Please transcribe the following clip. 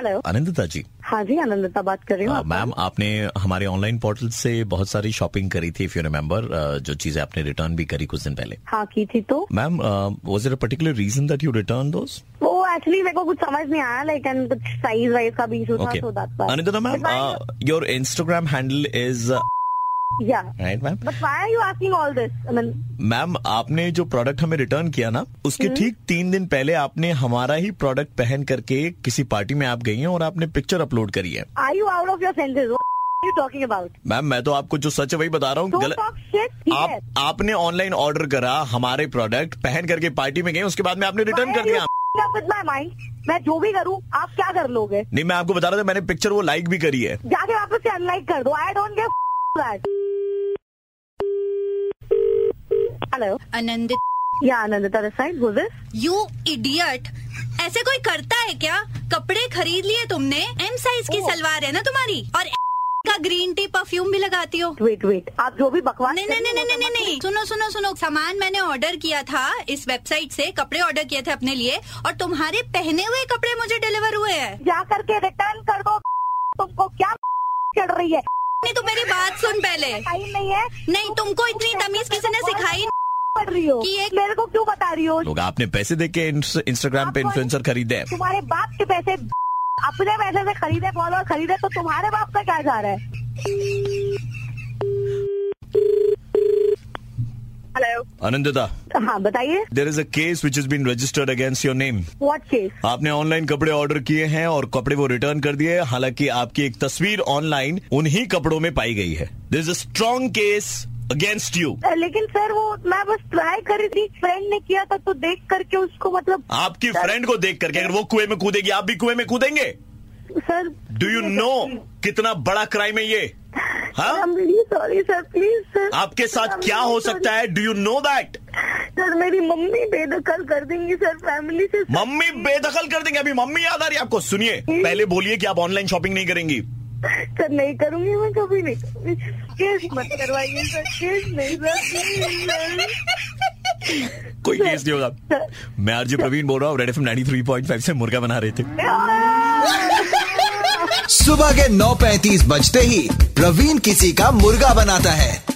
आनंदता जी हाँ जी आनंदता बात कर रही हूँ अ, मैम आपने हमारे ऑनलाइन पोर्टल से बहुत सारी शॉपिंग करी थी इफ यू रिमेम्बर जो चीजें आपने रिटर्न भी करी कुछ दिन पहले हाँ की थी तो ma'am was it a particular reason that you return दोस्त वो एक्चुअली मेरे को कुछ समझ नहीं आया लाइक एंड कुछ साइज वाइज का भी इशू था so that's Anindita ma'am, uh, your Instagram handle is uh, या right ma'am. But why are you asking all this I mean ma'am आपने जो प्रोडक्ट हमें रिटर्न किया ना उसके ठीक तीन दिन पहले आपने हमारा ही प्रोडक्ट पहन करके किसी पार्टी में आप गई हैं और आपने पिक्चर अपलोड करी है are you out of your senses what you talking about ma'am मैं तो आपको जो सच है वही बता रहा हूँ डोंट गलत टॉक शिट आप आपने ऑनलाइन ऑर्डर करा हमारे प्रोडक्ट पहन करके पार्टी में गए उसके बाद में आपने रिटर्न कर दिया विद माय माइंड मैं जो भी करूँ आप क्या कर लोगे नहीं मैं आपको बता रहा था मैंने पिक्चर वो लाइक भी करी है जाके वापस से अनलाइक कर दो I don't give that hello Anandita या Anindita this side who this you idiot ऐसे कोई करता है क्या कपड़े खरीद लिए तुमने एम साइज की ओ। सलवार है ना तुम्हारी और का ग्रीन टी परफ्यूम भी लगाती हो वेट वेट आप जो भी बकवास नहीं कर रही नहीं नहीं हो, नहीं नहीं नहीं सुनो सुनो सुनो सामान मैंने ऑर्डर किया था इस वेबसाइट से कपड़े ऑर्डर किए थे अपने लिए और तुम्हारे पहने हुए कपड़े मुझे डिलीवर हुए हैं जा करके रिटर्न कर दो तुमको क्या चढ़ रही है नहीं तो मेरी बात सुन पहले टाइम नहीं है नहीं तुमको इतनी तमीज किसी ने सिखाई पढ़ रही हो कि एक- मेरे को क्यों बता रही हो लोग आपने पैसे दे के इंस्टाग्राम पे आपको- इन्फ्लुएंसर खरीदे हैं तुम्हारे बाप के पैसे अपने पैसे से खरीदे फॉलोअर खरीदे तो तुम्हारे बाप का क्या जा रहा है हेलो अनंतता हाँ बताइए there is a case which is been registered against your name what case आपने ऑनलाइन कपड़े ऑर्डर किए हैं और कपड़े वो रिटर्न कर दिए हालांकि आपकी एक तस्वीर ऑनलाइन उन्हीं कपड़ों में पाई गई है this is a strong case against you लेकिन सर वो मैं बस ट्राई कर रही थी फ्रेंड ने किया था तो देख करके उसको मतलब आपकी फ्रेंड को देख करके अगर वो कुएं में कूदेगी आप भी कुएं में कूदेंगे सर डू यू नो कितना बड़ा क्राइम है ये आई हाँ am really sorry sir please sir आपके साथ क्या हो सकता है do you know that sir मेरी मम्मी बेदखल कर देंगी सर फैमिली से मम्मी बेदखल कर देंगे अभी मम्मी याद आ रही है आपको सुनिए पहले बोलिए कि आप ऑनलाइन शॉपिंग नहीं करेंगी सर नहीं करूंगी मैं कभी नहीं करूंगी केस मत करवाइए सर केस नहीं सर please, सर कोई केस नहीं होगा मैं आरजे प्रवीण बोल रहा हूँ रेड एफ 93.5 से मुर्गा बना रहे थे सुबह के 9:35 बजते ही प्रवीण किसी का मुर्गा बनाता है